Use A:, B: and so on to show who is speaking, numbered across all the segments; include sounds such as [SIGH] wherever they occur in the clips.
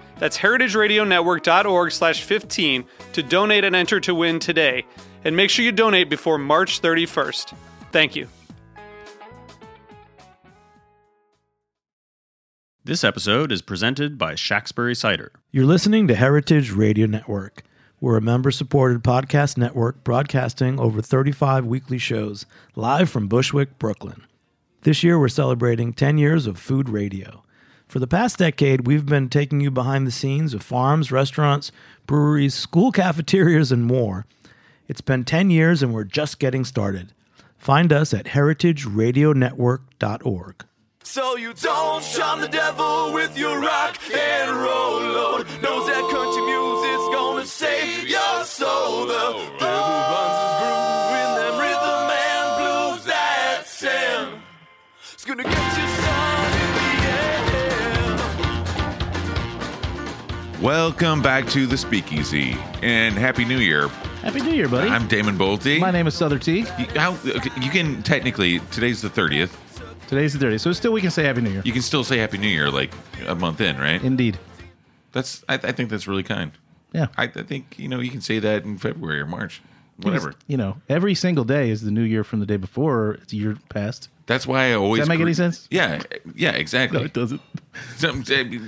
A: That's heritageradionetwork.org slash 15 to donate and enter to win today. And make sure you donate before March 31st. Thank you.
B: This episode is presented by Shaxbury Cider.
C: You're listening to Heritage Radio Network. We're a member supported podcast network broadcasting over 35 weekly shows live from Bushwick, Brooklyn. This year, we're celebrating 10 years of food radio. For the past decade, we've been taking you behind the scenes of farms, restaurants, breweries, school cafeterias, and more. It's been 10 years and we're just getting started. Find us at heritageradionetwork.org.
D: So you don't shun the devil with your rock and roll load. Knows that country music's gonna save your soul. The devil runs his groove in them rhythm and blues. That's him. It's gonna get you some in the end.
E: Welcome back to the Speakeasy and Happy New Year.
F: Happy New Year, buddy.
E: I'm Damon Bolte.
F: My name is Souther T.
E: You, how, okay, you can technically today's the thirtieth.
F: Today's the 30th, so still we can say Happy New Year.
E: You can still say Happy New Year like a month in, right?
F: Indeed.
E: That's I, I think that's really kind.
F: Yeah.
E: I, I think you know you can say that in February or March, whatever.
F: You know, every single day is the new year from the day before. Or it's a year past.
E: That's why I always
F: Does that make
E: gr-
F: any sense?
E: Yeah, yeah, exactly.
F: doesn't.
E: Some, I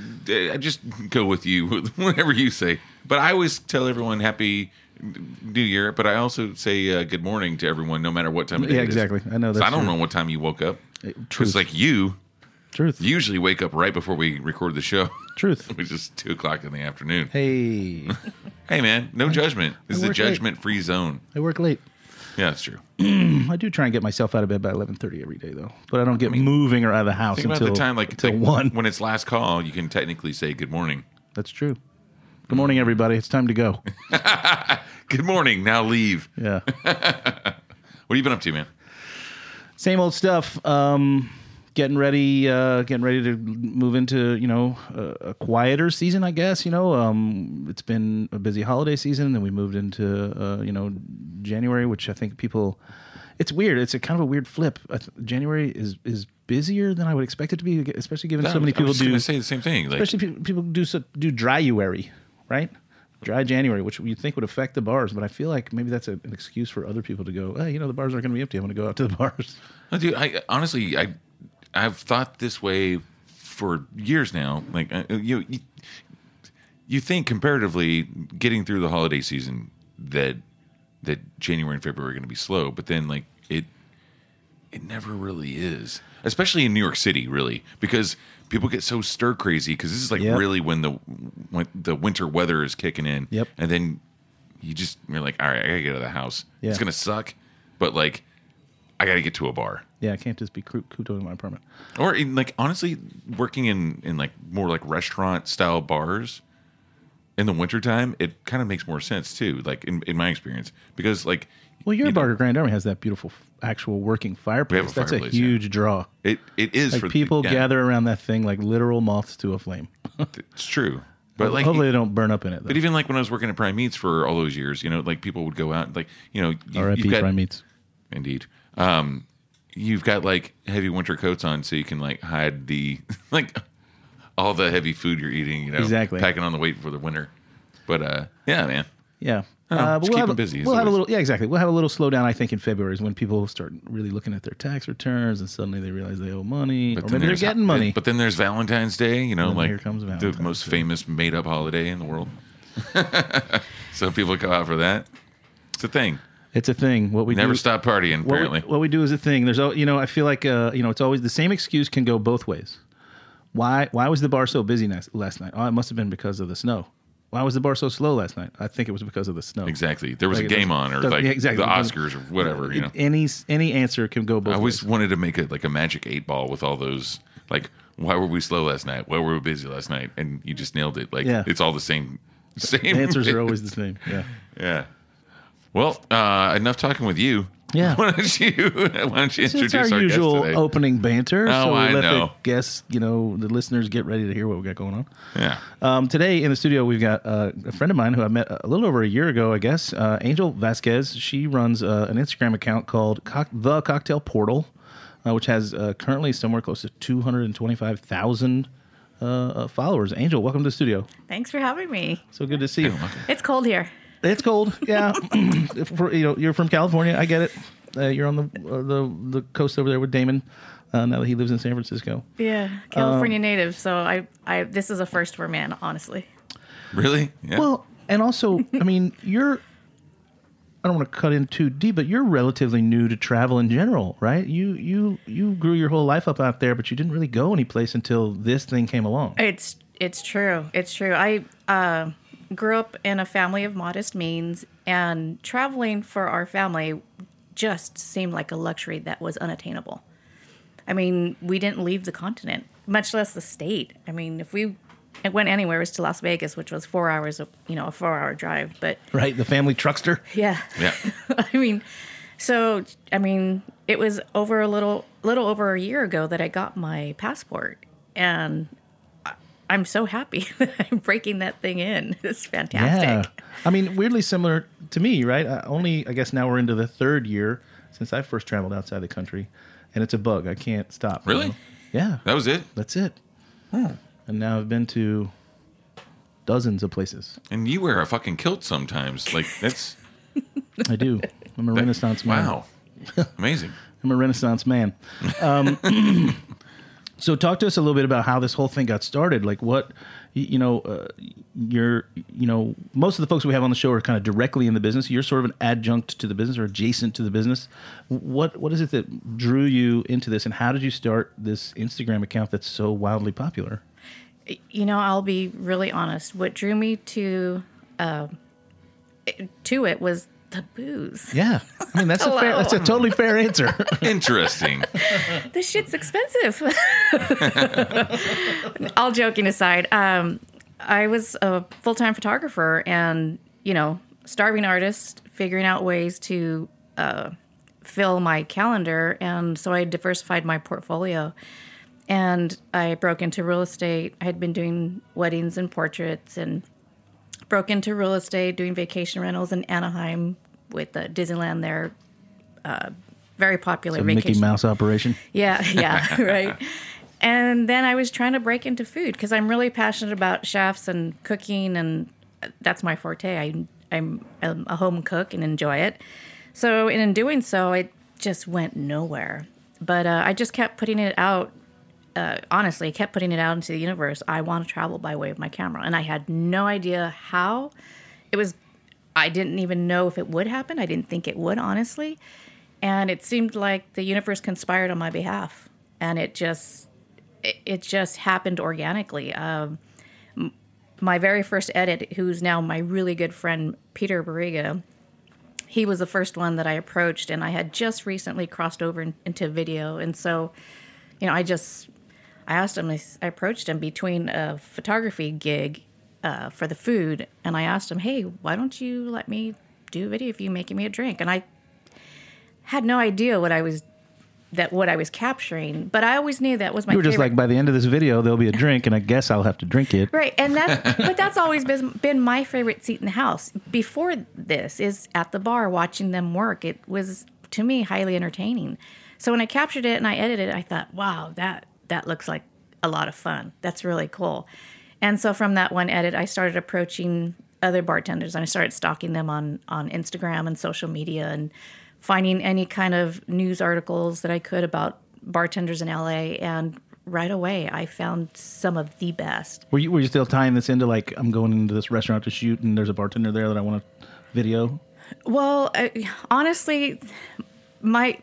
E: I just go with you, [LAUGHS] with whatever you say. But I always tell everyone Happy New Year. But I also say uh, good morning to everyone, no matter what time of day.
F: Yeah,
E: it is.
F: exactly. I know
E: So
F: that's
E: I don't
F: true. Uh,
E: know what time you woke up.
F: truth.
E: Because like you
F: Truth.
E: usually wake up right before we record the show, [LAUGHS]
F: Truth.
E: which is two o'clock in the afternoon. Hey,
F: Hey,
E: man, no judgment. This is a
F: work late.
E: judgment-free zone.
F: I work late.
E: Yeah, that's true.
F: I do try and get myself out of bed by 11:30 every day, though. But I don't get moving or out of the house
E: Think
F: until
E: about the time, like,
F: until
E: like,
F: one.
E: when it's last call, you can technically say good morning.
F: That's true. Good morning, everybody. It's time to go.
E: [LAUGHS] Good morning. Now leave.
F: Yeah.
E: What have you been up to, man?
F: same old stuff. Um, getting ready, uh, getting ready to move into you know a, a quieter season, I guess. You know, um, it's been a busy holiday season, and then we moved into uh, you know January, which I think people. It's weird. It's a kind of a weird flip. I th- January is is busier than I would expect it to be, especially given so many
E: I
F: people
E: was
F: do
E: to say the same thing. Like,
F: especially pe- people do so, do dryuary, right? Dry January, which you'd think would affect the bars, but I feel like maybe that's a, an excuse for other people to go. Hey, you know, the bars aren't going to be empty. I'm going to go out to the [LAUGHS] bars.
E: No, dude, I honestly, I, I've thought this way for years now. Like uh, you, you, you think comparatively, getting through the holiday season that that January and February are going to be slow, but then like it, it never really is. Especially in New York City, really, because people get so stir crazy because this is like
F: Yep.
E: really when the when the winter weather is kicking in.
F: Yep.
E: and then you just you're like, all right, I gotta get out of the house.
F: Yeah.
E: It's gonna suck, but like, I gotta get to a bar.
F: Yeah, I can't just be coo- cootoing in my apartment.
E: or in like honestly working in in like more like restaurant style bars in the wintertime it kind of makes more sense too like in, in my experience because like
F: Well, your
E: you know,
F: Barker Grand Army has that beautiful f- actual working fireplace.
E: have a
F: That's
E: fireplace,
F: a
E: yeah.
F: huge draw.
E: it it is for
F: Like
E: the-
F: people
E: yeah,
F: gather around that thing like literal moths to a flame.
E: it's true but like
F: hopefully they don't burn up in it. Though.
E: but even like when I was working at Prime Meats for all those years, you know, like people would go out, like you know, you,
F: R.I.P.
E: you've got
F: prime meats.
E: indeed, um, you've got like heavy winter coats on, so you can like hide the [LAUGHS] like all the heavy food you're eating, you know,
F: Exactly.
E: packing on the weight for the winter. But uh, yeah, man,
F: Yeah.
E: don't know,
F: Uh,
E: Oh, just
F: but
E: keep
F: we'll have,
E: 'em
F: a,
E: busy is
F: we'll
E: the
F: have a
E: way-
F: little, yeah, exactly. We'll have a little slowdown. I think in February is when people start really looking at their tax returns, and suddenly they realize they owe money, or
E: then
F: maybe they're
E: there's-
F: getting money.
E: But then there's Valentine's Day, you know,
F: then
E: like
F: here comes
E: the
F: Valentine's
E: most famous made [LAUGHS] up holiday in the world. so people go out for that. It's a thing.
F: It's a thing. What we
E: Never
F: do,
E: stop partying,
F: what we-
E: apparently.
F: What we, do is a thing. There's, al- you know, I feel like, uh, you know, it's always the same excuse can go both ways. Why? Why was the bar so busy next, last night? Oh, it must have been because of the snow. Why was the bar so slow last night? I think it was because of the snow.
E: exactly. There was
F: Like,
E: a game
F: there's-
E: on, or
F: there's-
E: like
F: yeah, exactly.
E: the Oscars, or whatever. You know,
F: Any any answer can go both
E: I always
F: ways.
E: wanted to make it like a magic eight ball with all those. Like, why were we slow last night? Why were we busy last night? And you just nailed it. Like,
F: Yeah.
E: it's all the same. Same
F: The answers are always the
E: [LAUGHS]
F: same. Yeah.
E: Yeah. Well, uh, enough talking with you. [LAUGHS]
F: Yeah.
E: Why don't you Why don't you introduce
F: It's our,
E: our,
F: usual
E: guest today?
F: opening banter.
E: Oh,
F: so we
E: I
F: let
E: know.
F: the guests, you know, the listeners get ready to hear what we got going on.
E: Yeah.
F: Um, today in the studio, we've got uh, a friend of mine who I met a little over a year ago, I guess. Uh, Angel Vasquez. She runs uh, an Instagram account called Cock- The Cocktail Portal, uh, which has uh, currently somewhere close to 225,000 uh, uh, followers. Angel, welcome to the studio.
G: Thanks for having me.
F: So good to see you.
G: It's cold here.
F: It's cold. Yeah, [CLEARS THROAT] If we're- you know you're from California. I get it. Uh, you're on the uh, the the coast over there with Damon. Uh, now that he lives in San Francisco.
G: Yeah, Um, California native. So I, I, this is a first for me, and honestly.
E: Really? Yeah.
F: Well, and also, I mean, you're. I don't want to cut in too deep, but you're relatively new to travel in general, right? You you you grew your whole life up out there, but you didn't really go anyplace until this thing came
E: [LAUGHS]
F: along.
G: It's it's true. It's true. I uh, grew up in a family of modest means, and traveling for our family just seemed like a luxury that was unattainable. I mean, we didn't leave the continent, much less the state. I mean, if we went anywhere, it was to Las Vegas, which was four hours, of, you know, a four-hour drive. But
F: Right, the family truckster.
G: yeah,
E: yeah.
G: [LAUGHS] I mean, so I mean, it was over a little little over a year ago that I got my passport, and I- I'm so happy [LAUGHS] that I'm breaking that thing in. [LAUGHS] It's fantastic.
F: I mean, weirdly similar to me, right? I only, I guess now we're into the third year since I first traveled outside the country, and it's a bug. I can't stop. you
E: Really? Hmm.
F: know? Yeah.
E: That was it.
F: That's it. And now I've been to dozens of places.
E: And you wear a fucking kilt sometimes. Like [LAUGHS] that's
F: I do. I'm a
E: that-
F: renaissance man.
E: [LAUGHS] Wow. Amazing.
F: I'm a renaissance man. Um, [CLEARS THROAT] so talk to us a little bit about how this whole thing got started. Like what, y- you know, uh, you're, you know, most of the folks we have on the show are kind of directly in the business. You're sort of an adjunct to the business or adjacent to the business. What What is it that drew you into this, and how did you start this Instagram account that's so wildly popular?
G: You know, I'll be really honest. What drew me to uh, to it was the booze.
F: Yeah, I mean that's a fair,
G: Hello.
F: that's a totally fair answer.
E: Interesting.
G: this shit's expensive. [LAUGHS] All joking aside, um, I was a full time photographer and, you know, starving artist, figuring out ways to uh, fill my calendar. And so I diversified my portfolio and I broke into real estate. I had been doing weddings and portraits and broke into real estate, doing vacation rentals in Anaheim with uh, Disneyland there. Uh, very popular
F: a
G: vacation.
F: Mickey Mouse operation.
G: Yeah, [LAUGHS] yeah, right. And then I was trying to break into food because I'm really passionate about chefs and cooking, and that's my forte. I, I'm, I'm a home cook and enjoy it. So, and in doing so, it just went nowhere. But uh, I just kept putting it out. Uh, honestly, kept putting it out into the universe. I want to travel by way of my camera, and I had no idea how. It was. I didn't even know if it would happen. I didn't think it would, honestly and it seemed like the universe conspired on my behalf and it just it, it just happened organically um, m- my very first edit who's now my really good friend peter barriga he was the first one that i approached and i had just recently crossed over in, into video and so you know i just i asked him i, s- I approached him between a photography gig uh, for the food and i asked him hey why don't you let me do a video of you making me a drink and i had no idea what I was that what I was capturing, but I always knew that was my
F: You were just
G: favorite.
F: like, by the end of this video, there'll be a drink, and I guess I'll have to drink it.
G: right, and that but that's always been been my favorite seat in the house. Before this is at the bar watching them work. It was to me highly entertaining. So when I captured it and I edited it, I thought, wow, that that looks like a lot of fun. That's really cool. And so from that one edit, I started approaching other bartenders and I started stalking them on on Instagram and social media and finding any kind of news articles that I could about bartenders in LA and right away I found some of the best.
F: Were you were you still tying this into like I'm going into this restaurant to shoot and there's a bartender there that I want to video?
G: Well, I, honestly, my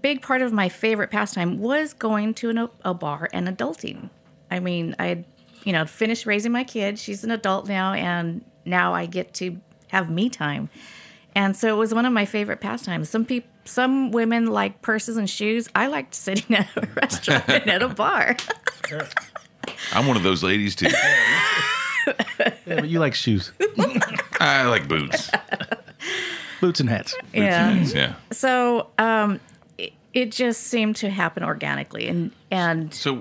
G: big part of my favorite pastime was going to an, a bar and adulting. I mean, I had, you know, finished raising my kid. She's an adult now, and now I get to have me time. And so it was one of my favorite pastimes. Some people, some women like purses and shoes. I liked sitting [LAUGHS] at a restaurant and at a bar.
E: I'm one of those ladies too.
F: Yeah, but you like
G: [LAUGHS]
F: shoes,
E: I like boots.
F: boots, and hats.
G: yeah.
E: Yeah.
G: So um, it, it just seemed to happen organically, and and
E: So, uh,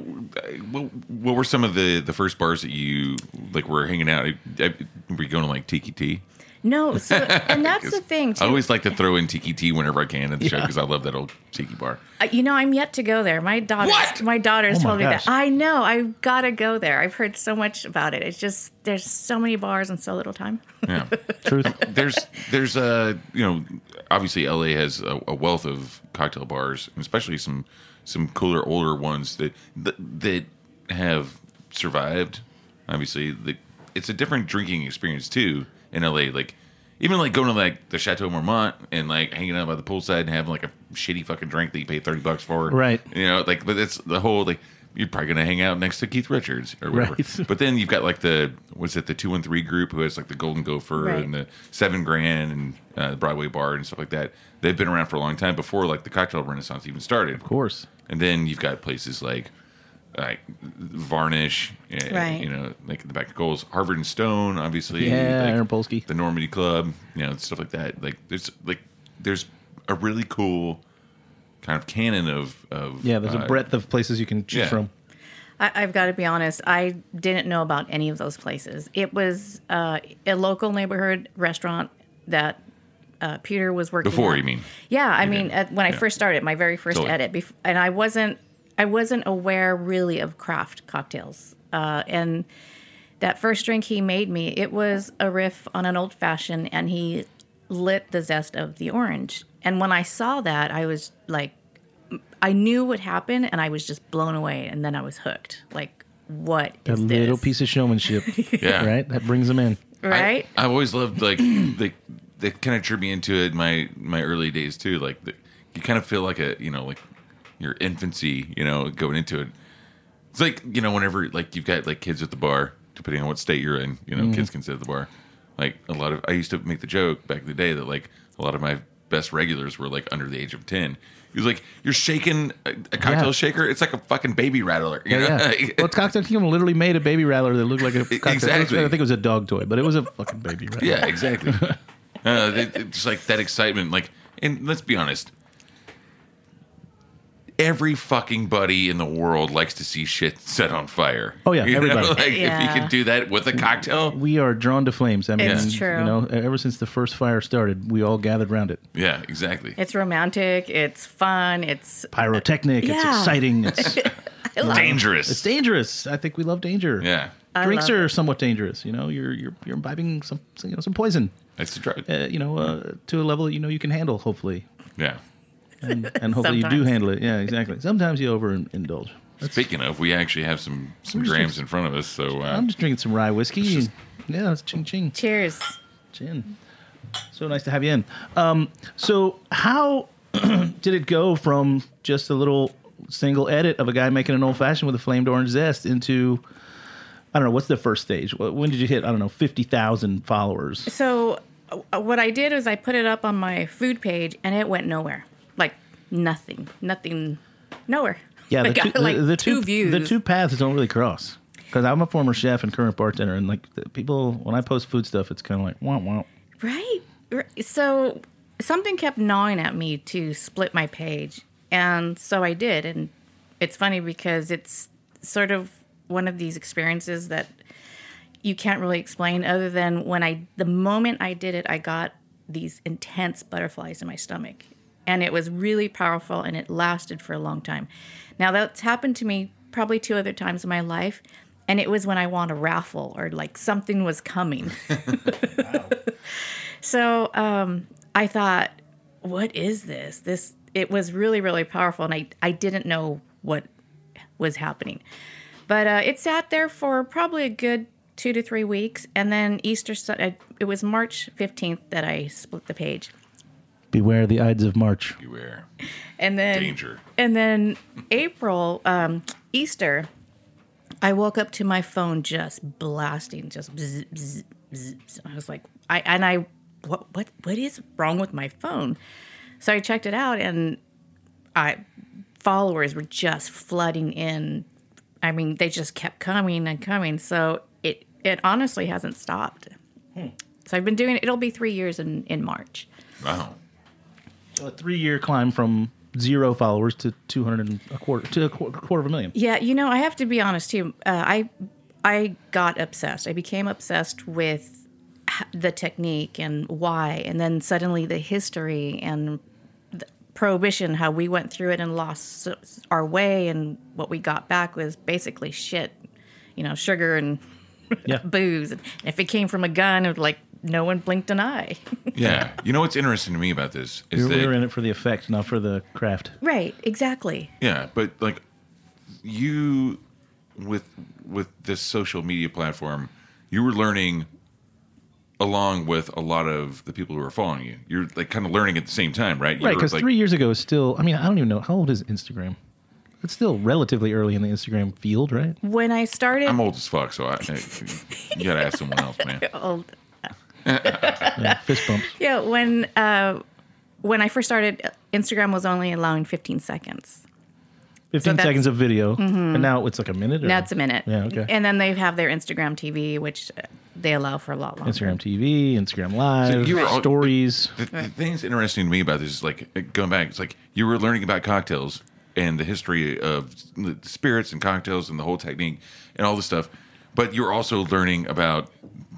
E: what, what were some of the the first bars that you like were hanging out? I, I, were you going to like Tiki Tea?
G: no, so and that's the thing. Too.
E: I always like to throw in Tiki Tea whenever I can in the show because I love that old Tiki bar.
G: Uh, you know, I'm yet to go there. My daughter,
E: What?
G: my daughter's
F: Oh my
G: told me
F: gosh.
G: that. I know. I've got to go there. I've heard so much about it. It's just there's so many bars and so little time.
E: Yeah.
F: Truth.
E: there's there's uh, you know obviously LA has a, a wealth of cocktail bars, and especially some some cooler older ones that that, that have survived. Obviously, the, it's a different drinking experience too in LA. Like even like going to like the Chateau Marmont and like hanging out by the poolside and having like a shitty fucking drink that you pay thirty bucks for,
F: Right.
E: You know, like but that's the whole like. You're probably gonna hang out next to Keith Richards or whatever,
F: Right. [LAUGHS]
E: but then you've got like the what's it the two and three group who has like the Golden Gopher
G: Right.
E: and the Seven Grand and uh, Broadway Bar and stuff like that. They've been around for a long time before like the cocktail renaissance even started.
F: Of course.
E: And then you've got places like like Varnish, uh,
G: Right.
E: you know, like in the back of goals, Harvard and Stone, obviously.
F: Yeah,
E: like
F: Aaron Polsky.
E: The Normandy Club, you know, stuff like that. Like there's like there's a really cool kind of canon of of
F: Yeah, there's a
E: uh,
F: breadth of places you can choose
E: yeah.
F: from.
G: I, I've got to be honest. I didn't know about any of those places. It was uh, a local neighborhood restaurant that uh, Peter was working
E: before
G: at.
E: you mean.
G: Yeah, I
E: You
G: mean,
E: did.
G: at, when I
E: Yeah.
G: first started, my very first
E: Totally.
G: edit, bef- and I wasn't, I wasn't aware really of craft cocktails. Uh, and that first drink he made me, it was a riff on an old fashioned, and he lit the zest of the orange. And when I saw that, I was like, I knew what happened, and I was just blown away. And then I was hooked. Like, what
F: A
G: is
F: little
G: this?
F: piece of
G: [LAUGHS]
F: showmanship,
E: Yeah.
F: right? That brings them in.
E: I-
G: right?
E: I, always loved like [CLEARS THROAT] the that kind of drew me into it. My my early days too. Like the, you kind of feel like a you know like your infancy. You know going into it. It's like you know whenever like you've got like kids at the bar, depending on what state you're in. You
F: Mm.
E: know kids can sit at the bar. Like a lot of I used to make the joke back in the day that like a lot of my best regulars were like under the age of ten. He was like, "You're shaking a, a cocktail
F: Yeah.
E: shaker. It's like a fucking baby rattler." You [LAUGHS] know?
F: Yeah. well, Cocktail Kingdom literally made a baby rattler that looked like a cocktail.
E: Exactly.
F: I think it was a dog toy, but it was a fucking baby rattler.
E: Yeah, exactly. [LAUGHS] uh, it, it's like that excitement. Like, and let's be honest, every fucking buddy in the world likes to see shit set on fire.
F: Oh, yeah,
E: You know,
F: everybody.
E: like if
G: Yeah.
E: you can do that with a
F: [LAUGHS]
E: cocktail,
F: We are drawn to flames. I mean,
G: It's true.
F: you know, e-, ever since the first fire started, we all gathered around it.
E: yeah, exactly.
G: It's romantic. It's fun. It's
F: Pyrotechnic, it's
G: Yeah.
F: exciting,
G: [LAUGHS]
F: it's,
G: I love it.
E: dangerous.
F: it's dangerous. I think we love danger.
E: yeah,
G: I
F: Drinks
G: love
F: are somewhat dangerous. You know, you're you're you're imbibing some some, you know some poison.
E: that's the drug.
F: Uh, you know, uh, to a level that you know you can handle. Hopefully,
E: Yeah.
F: and, and hopefully you do
G: Sometimes.
F: handle it. Yeah, exactly. Sometimes you overindulge.
E: Speaking of, we actually have some some grams in front of us, so uh,
F: I'm just drinking some rye whiskey. yeah, that's ching ching.
G: Cheers.
F: Chin. So nice to have you in. Um, so how [CLEARS THROAT] did it go from just a little single edit of a guy making an old fashioned with a flamed orange zest into I don't know what's the first stage? Wh- When did you hit I don't know fifty thousand followers?
G: So uh, what I did is I put it up on my food page, and it went nowhere. Like nothing, nothing, nowhere. [LAUGHS]
F: Yeah,
G: I
F: the
G: got
F: two,
G: like
F: the, the two,
G: views.
F: The two paths don't really cross because I'm a former chef and current bartender, and like the people when I post food stuff, it's kind of like wow wow.
G: right. Right. So something kept gnawing at me to split my page, and so I did. And it's funny because it's sort of one of these experiences that you can't really explain other than when I the moment I did it I got these intense butterflies in my stomach and it was really powerful and it lasted for a long time. Now that's happened to me probably two other times in my life and it was when I won a raffle or like something was coming. so um I thought what is this? This it was really really powerful and I I didn't know what was happening. But uh, it sat there for probably a good two to three weeks, and then Easter. Sun- I- It was March fifteenth that I split the page,
F: Beware the Ides of March.
E: Beware.
G: and
F: [LAUGHS]
G: then
E: Danger.
G: and then April, um, Easter, I woke up to my phone just blasting, just bzz, bzz, bzz. bzz. I was like, I and I, what what what is wrong with my phone? So I checked it out, and I followers were just flooding in. I mean, they just kept coming and coming. So it it honestly hasn't stopped. So I've been doing it. It'll be three years in in March.
E: Wow.
F: A three-year climb from zero followers to two hundred and a quarter to a qu- quarter of a million.
G: Yeah, you know, I have to be honest too. Uh, I I got obsessed. I became obsessed with h- the technique and why, and then suddenly the history and the prohibition, how we went through it and lost s- our way, and what we got back was basically shit. You know, sugar and
F: Yeah.
G: booze. And if it came from a gun, it was like no one blinked an eye. [LAUGHS]
E: Yeah. you know what's interesting to me about this is
F: We
E: that
F: were in it for the effect, not for the craft.
G: right. Exactly.
E: yeah, but like you with with this social media platform, you were learning along with a lot of the people who are following you. You're like kind of learning at the same time, right? You
F: Right,
E: were,
F: because
E: like,
F: three years ago is still. I mean, I don't even know how old is Instagram. It's still relatively early in the Instagram field,
G: [LAUGHS]
F: right?
G: When I started,
E: I'm old as fuck, so I, [LAUGHS] I you gotta ask someone else, man.
G: old
F: Yeah, fist bumps.
G: Yeah, when uh, when I first started, uh, Instagram was only allowing 15 seconds.
F: Fifteen
G: that's- Mm-hmm.
F: seconds of video, and now it's like a minute. Or?
G: Now it's a minute.
F: Yeah, okay.
G: And then they have their Instagram TV, which uh, they allow for a lot longer.
F: Instagram TV, Instagram Live,
E: So you were all- [LAUGHS]
F: stories.
E: The, the thing's interesting to me about this is like going back. It's like you were learning about cocktails and the history of the spirits and cocktails and the whole technique and all this stuff, but you're also learning about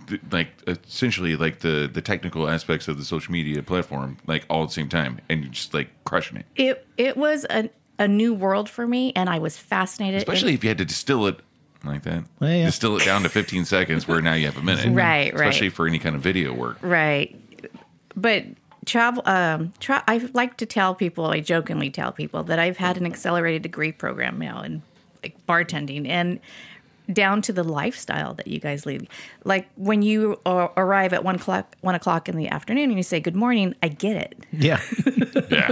E: the, like essentially like the the technical aspects of the social media platform like all at the same time, and you're just like crushing it.
G: It it was a, a new world for me, and I was fascinated.
E: Especially if you had to distill it like that,
F: Yeah, yeah.
E: distill it down to 15 seconds, where now you have a minute,
G: [LAUGHS] Right, Uh, right.
E: Especially for any kind of video
G: [LAUGHS]
E: work.
G: Right. But travel, um, tra- I like to tell people, I jokingly tell people that I've had an accelerated degree program now in like bartending and down to the lifestyle that you guys lead. Like when you a- arrive at one o'clock, one o'clock in the afternoon and you say, good morning, I get it.
F: Yeah,
E: Yeah,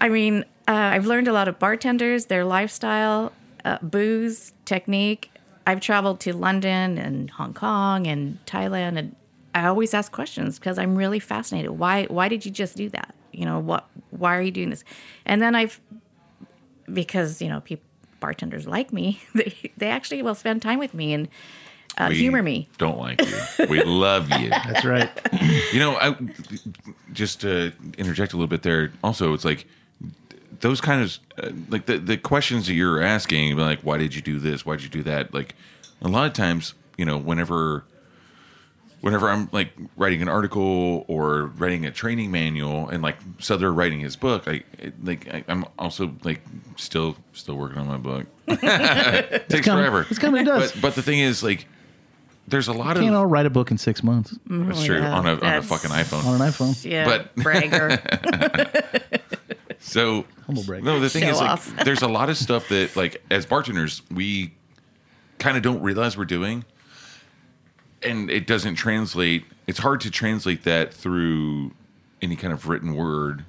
G: I mean, uh, I've learned a lot of bartenders, their lifestyle, uh, booze, technique. I've traveled to London and Hong Kong and Thailand, and I always ask questions because I'm really fascinated. Why? Why did you just do that? You know, what? Why are you doing this? And then I've because you know people bartenders like me [LAUGHS] they, they actually will spend time with me and uh,
E: We
G: humor me
E: Don't like you. We love you. [LAUGHS]
F: that's right.
E: You know, I just to interject a little bit there. Also, it's like those kind of uh, like the the questions that you're asking, like why did you do this? Why did you do that? Like a lot of times, you know, whenever whenever I'm like writing an article or writing a training manual, and like Souther writing his book, I it- like I, I'm also like still still working on my book. [LAUGHS] Takes
F: coming.
E: forever.
F: It's coming, it does.
E: But, but the thing is, like, there's a lot
F: Can't
E: of
F: all write a book in six months
E: that's true
G: yeah.
E: on a on a
G: That's-
E: fucking iPhone.
F: on an iPhone.
G: yeah
E: But-
G: bragger
E: So
F: Humble brag.
E: No, the thing
G: Show
E: is, like,
G: off. [LAUGHS]
E: there's a lot of stuff that, like, as bartenders, we kind of don't realize we're doing, and it doesn't translate. It's hard to translate that through any kind of written word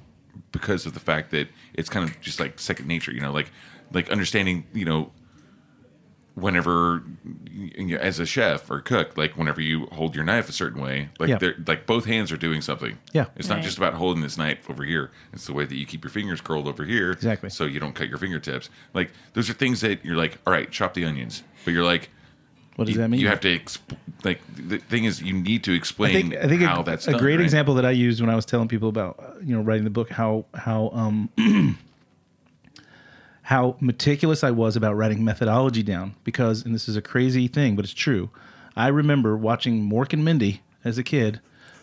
E: because of the fact that it's kind of just like second nature. You know, like like understanding. You know, whenever you know, as a chef or cook, like whenever you hold your knife a certain way, like
F: Yeah.
E: they're like both hands are doing something.
F: Yeah.
E: It's not
G: Right.
E: just about holding this knife over here. It's the way that you keep your fingers curled over here.
F: Exactly.
E: So you don't cut your fingertips. Like those are things that you're like, all right, chop the onions. But you're like,
F: What does
E: you,
F: that mean?
E: You have to exp- like the thing is you need to
F: I
E: explain
F: think, I think
E: how
F: a,
E: that's
F: a
E: done,
F: great
E: right?
F: example that I used when I was telling people about uh, you know writing the book how how um how meticulous I was about writing methodology down because and this is a crazy thing but it's true. I remember watching Mork and Mindy as a kid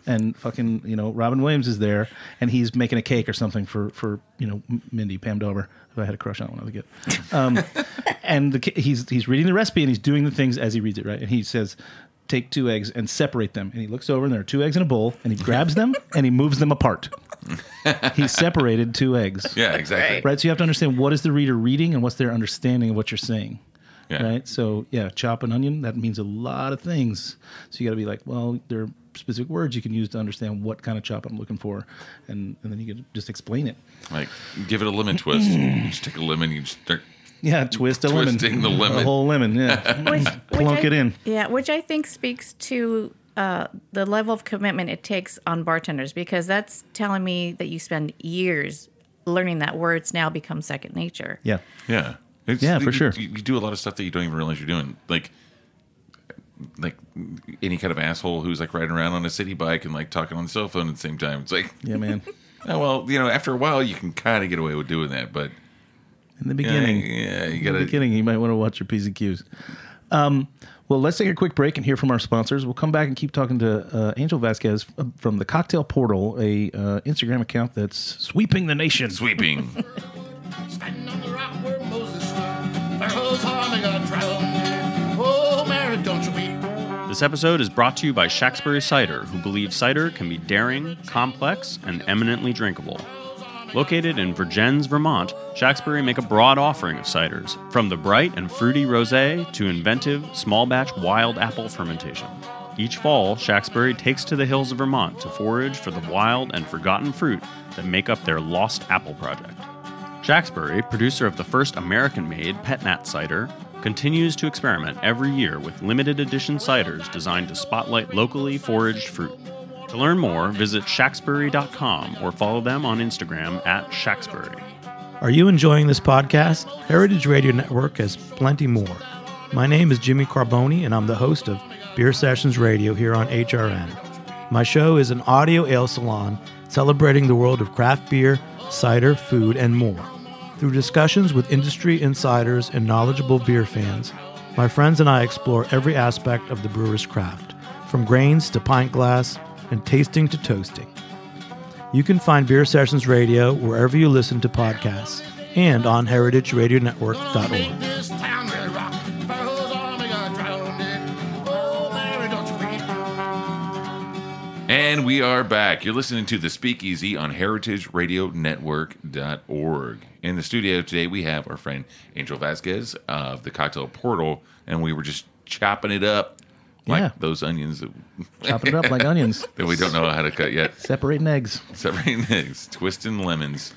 F: and fucking you know Robin Williams is there and he's making a cake or something for for you know M- Mindy Pam Dover who I had a crush on when I was a kid Um, and the, ki- he's he's reading the recipe and he's doing the things as he reads it, right? And he says, "Take two eggs and separate them." And he looks over and there are two eggs in a bowl, and he grabs them and he moves them apart. he separated two eggs,
E: Yeah, exactly.
F: right? So you have to understand what is the reader reading and what's their understanding of what you're saying.
E: Yeah.
F: right? So yeah, chop an onion that means a lot of things. So you got to be like, well, there are specific words you can use to understand what kind of chop I'm looking for, and and then you can just explain it.
E: Like, give it a lemon twist. You just take a lemon, you just start.
F: Yeah, twist a lemon,
E: Twisting the lemon.
F: a whole lemon.
E: [LAUGHS]
F: Yeah,
G: which,
F: Plunk
G: I,
F: it in.
G: Yeah, which I think speaks to uh, the level of commitment it takes on bartenders because that's telling me that you spend years learning that words now become second nature.
F: yeah.
E: Yeah. It's,
F: Yeah, for
E: you-
F: sure.
E: You, you do a lot of stuff that you don't even realize you're doing. Like, like any kind of asshole who's like riding around on a city bike and like talking on the cell phone at the same time. It's like,
F: Yeah, man.
E: oh, well, you know, after a while you can kind of get away with doing that, but
F: In the
E: yeah,
F: beginning,
E: yeah, you
F: in the
E: gotta.
F: beginning, you might want to watch your P's and Q's. Um, well, let's take a quick break and hear from our sponsors. We'll come back and keep talking to uh, Angel Vasquez f- from the Cocktail Portal, a uh, Instagram account that's sweeping the nation.
E: Sweeping.
H: [LAUGHS] Standing on the rock where Moses stood, Pharaoh's army got drowned. Oh, Mary, don't you weep.
B: This episode is brought to you by Shaxbury Cider, who believes cider can be daring, complex, and eminently drinkable. Located in Vergennes, Vermont, Shaxbury make a broad offering of ciders, from the bright and fruity rosé to inventive small batch wild apple fermentation. Each fall, Shaxbury takes to the hills of Vermont to forage for the wild and forgotten fruit that make up their Lost Apple project. Shaxbury, producer of the first American made Pet Nat cider, continues to experiment every year with limited edition ciders designed to spotlight locally foraged fruit. To learn more, visit shaxbury.com or follow them on Instagram at shaxbury.
C: Are you enjoying this podcast? Heritage Radio Network has plenty more. My name is Jimmy Carboni, and I'm the host of Beer Sessions Radio here on HRN. My show is an audio ale salon celebrating the world of craft beer, cider, food, and more. Through discussions with industry insiders and knowledgeable beer fans, my friends and I explore every aspect of the brewer's craft, from grains to pint glass and tasting to toasting. You can find Beer Sessions Radio wherever you listen to podcasts and
H: Gonna
C: on
H: make
C: heritageradionetwork.org.
H: this town really rock. Pharaoh's army got drowned. Oh, Mary, don't you weep.
E: And we are back. You're listening to The Speakeasy on heritageradionetwork.org. In the studio today, we have our friend Angel Vasquez of the Cocktail Portal, and we were just chopping it up like
F: Yeah.
E: those onions that, [LAUGHS]
F: Chopping it up like onions,
E: that we don't know how to cut
H: [LAUGHS]
E: yet.
F: separating eggs.
E: Separating things, twisting lemons.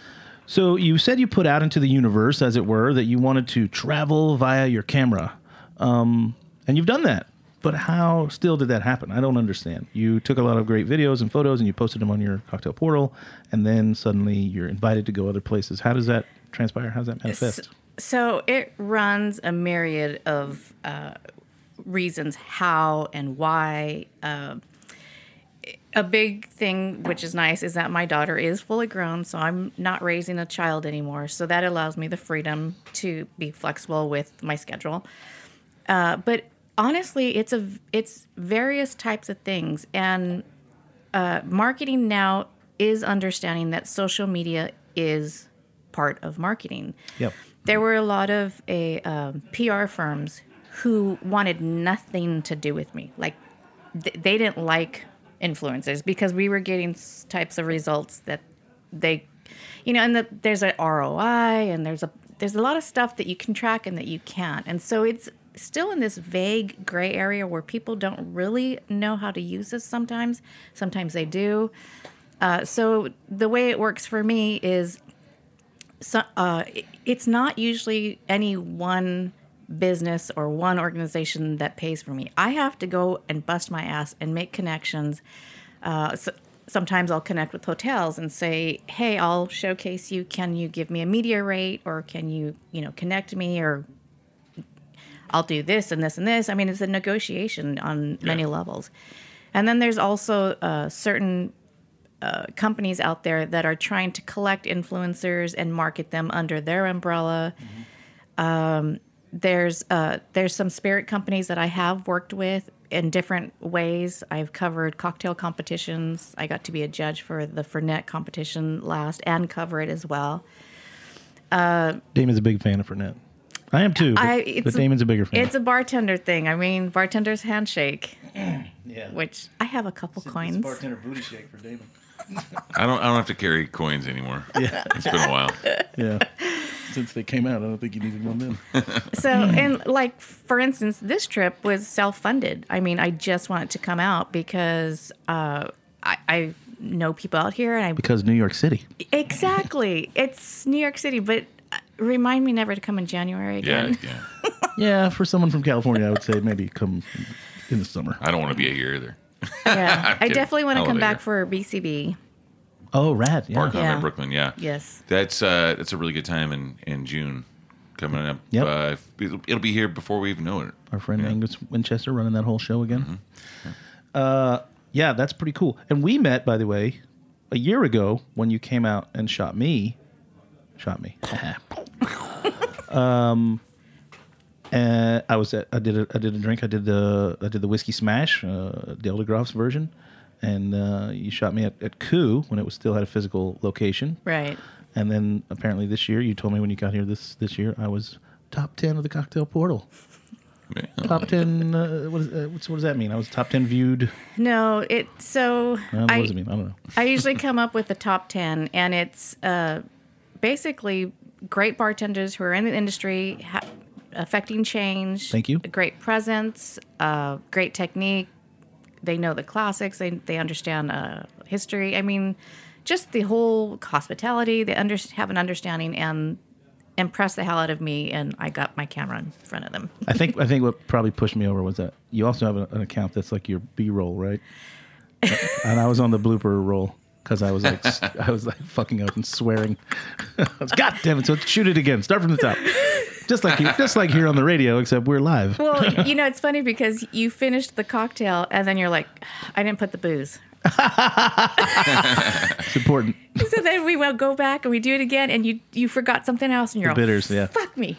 F: So you said you put out into the universe, as it were, that you wanted to travel via your camera, um, and you've done that. But how still did that happen? I don't understand. You took a lot of great videos and photos, and you posted them on your cocktail portal, and then suddenly you're invited to go other places. How does that transpire? How does that manifest?
G: So it runs a myriad of uh, reasons how and why. Um, a big thing, which is nice, is that my daughter is fully grown, so I'm not raising a child anymore. So that allows me the freedom to be flexible with my schedule. Uh, but honestly, it's a it's various types of things, and uh, marketing now is understanding that social media is part of marketing
F: yep.
G: there were a lot of a um, PR firms who wanted nothing to do with me. Like th- they didn't like influencers because we were getting s- types of results that they, you know, and that there's a ROI and there's a there's a lot of stuff that you can track and that you can't. And so it's still in this vague gray area where people don't really know how to use this sometimes. Sometimes they do. Uh, so the way it works for me is so, uh, it- it's not usually any one business or one organization that pays for me. I have to go and bust my ass and make connections. Uh, so, sometimes I'll connect with hotels and say, "Hey, I'll showcase you. Can you give me a media rate, or can you, you know, connect me, or I'll do this and this and this." I mean, it's a negotiation on many levels. And then there's also uh, certain uh, companies out there that are trying to collect influencers and market them under their umbrella. Um, there's uh, there's some spirit companies that I have worked with in different ways. I've covered cocktail competitions. I got to be a judge for the Fernet competition last and cover it as well.
F: Damon's a big fan of Fernet. I am too, but,
G: I- it's
F: but
G: a-
F: Damon's a bigger fan.
G: It's a bartender thing. I mean, bartender's handshake,
F: yeah.
G: which I have a couple coins.
F: booty shake for Damon.
E: I don't. I don't have to carry coins anymore. Yeah, it's been a while.
F: Yeah.
E: It's
F: [LAUGHS] since they came out. I don't think you needed one then.
G: So, and like for instance, this trip was self-funded. I mean, I just wanted to come out because uh, I, I know people out here, and I
F: Because New York City.
G: exactly it's New York City. But uh, remind me never to come in January
E: Yeah,
G: again.
E: yeah.
F: Yeah, for someone from California, I would say maybe come in the summer.
E: I don't want to be here either.
G: Yeah, I
F: [LAUGHS]
E: kidding.
G: definitely want to come
E: Holiday.
G: back for BCB.
F: Oh, rad. Yeah.
E: Barcom in
G: Yeah.
E: Brooklyn, yeah.
G: Yes.
E: That's uh that's a really good time in in June coming up.
F: Yep.
E: Uh, it'll, it'll be here before we even know it.
F: Our friend Angus Winchester running that whole show again. Uh, yeah, that's pretty cool. And we met, by the way, a year ago when you came out and shot me. Shot [LAUGHS] me. um, and uh, I was at, I did a, I did a drink. I did the I did the whiskey smash, uh, Dale DeGroff's version, and uh, you shot me at, at Coup when it was still had a physical location.
G: Right.
F: And then apparently this year, you told me when you got here this this year, I was top ten of the cocktail portal. Top ten. Uh, what, is, uh, what's, what does that mean? I was top ten viewed.
G: No, it so
F: I don't know what does it
G: I
F: mean? I don't know.
G: [LAUGHS] I usually come up with the top ten, and it's uh, basically great bartenders who are in the industry. Ha- affecting change
F: Thank you.
G: great presence uh, great technique they know the classics they, they understand uh, history i mean just the whole hospitality they under- have an understanding and impressed the hell out of me and i got my camera in front of them
F: I think I think what probably pushed me over was that you also have an, an account that's like your B roll, right? Uh, and I was on the blooper roll because I was like s- I was like fucking up and swearing. [LAUGHS] I was, God damn it! So shoot it again. Start from the top. Just like you, just like here on the radio, except we're live. [LAUGHS]
G: well you know it's funny because you finished the cocktail and then you're like i didn't put the booze [LAUGHS]
F: It's important.
G: so then we will go back and we do it again and you you forgot something else and you're all,
F: Bitters, yeah.
G: fuck
F: [LAUGHS]
G: me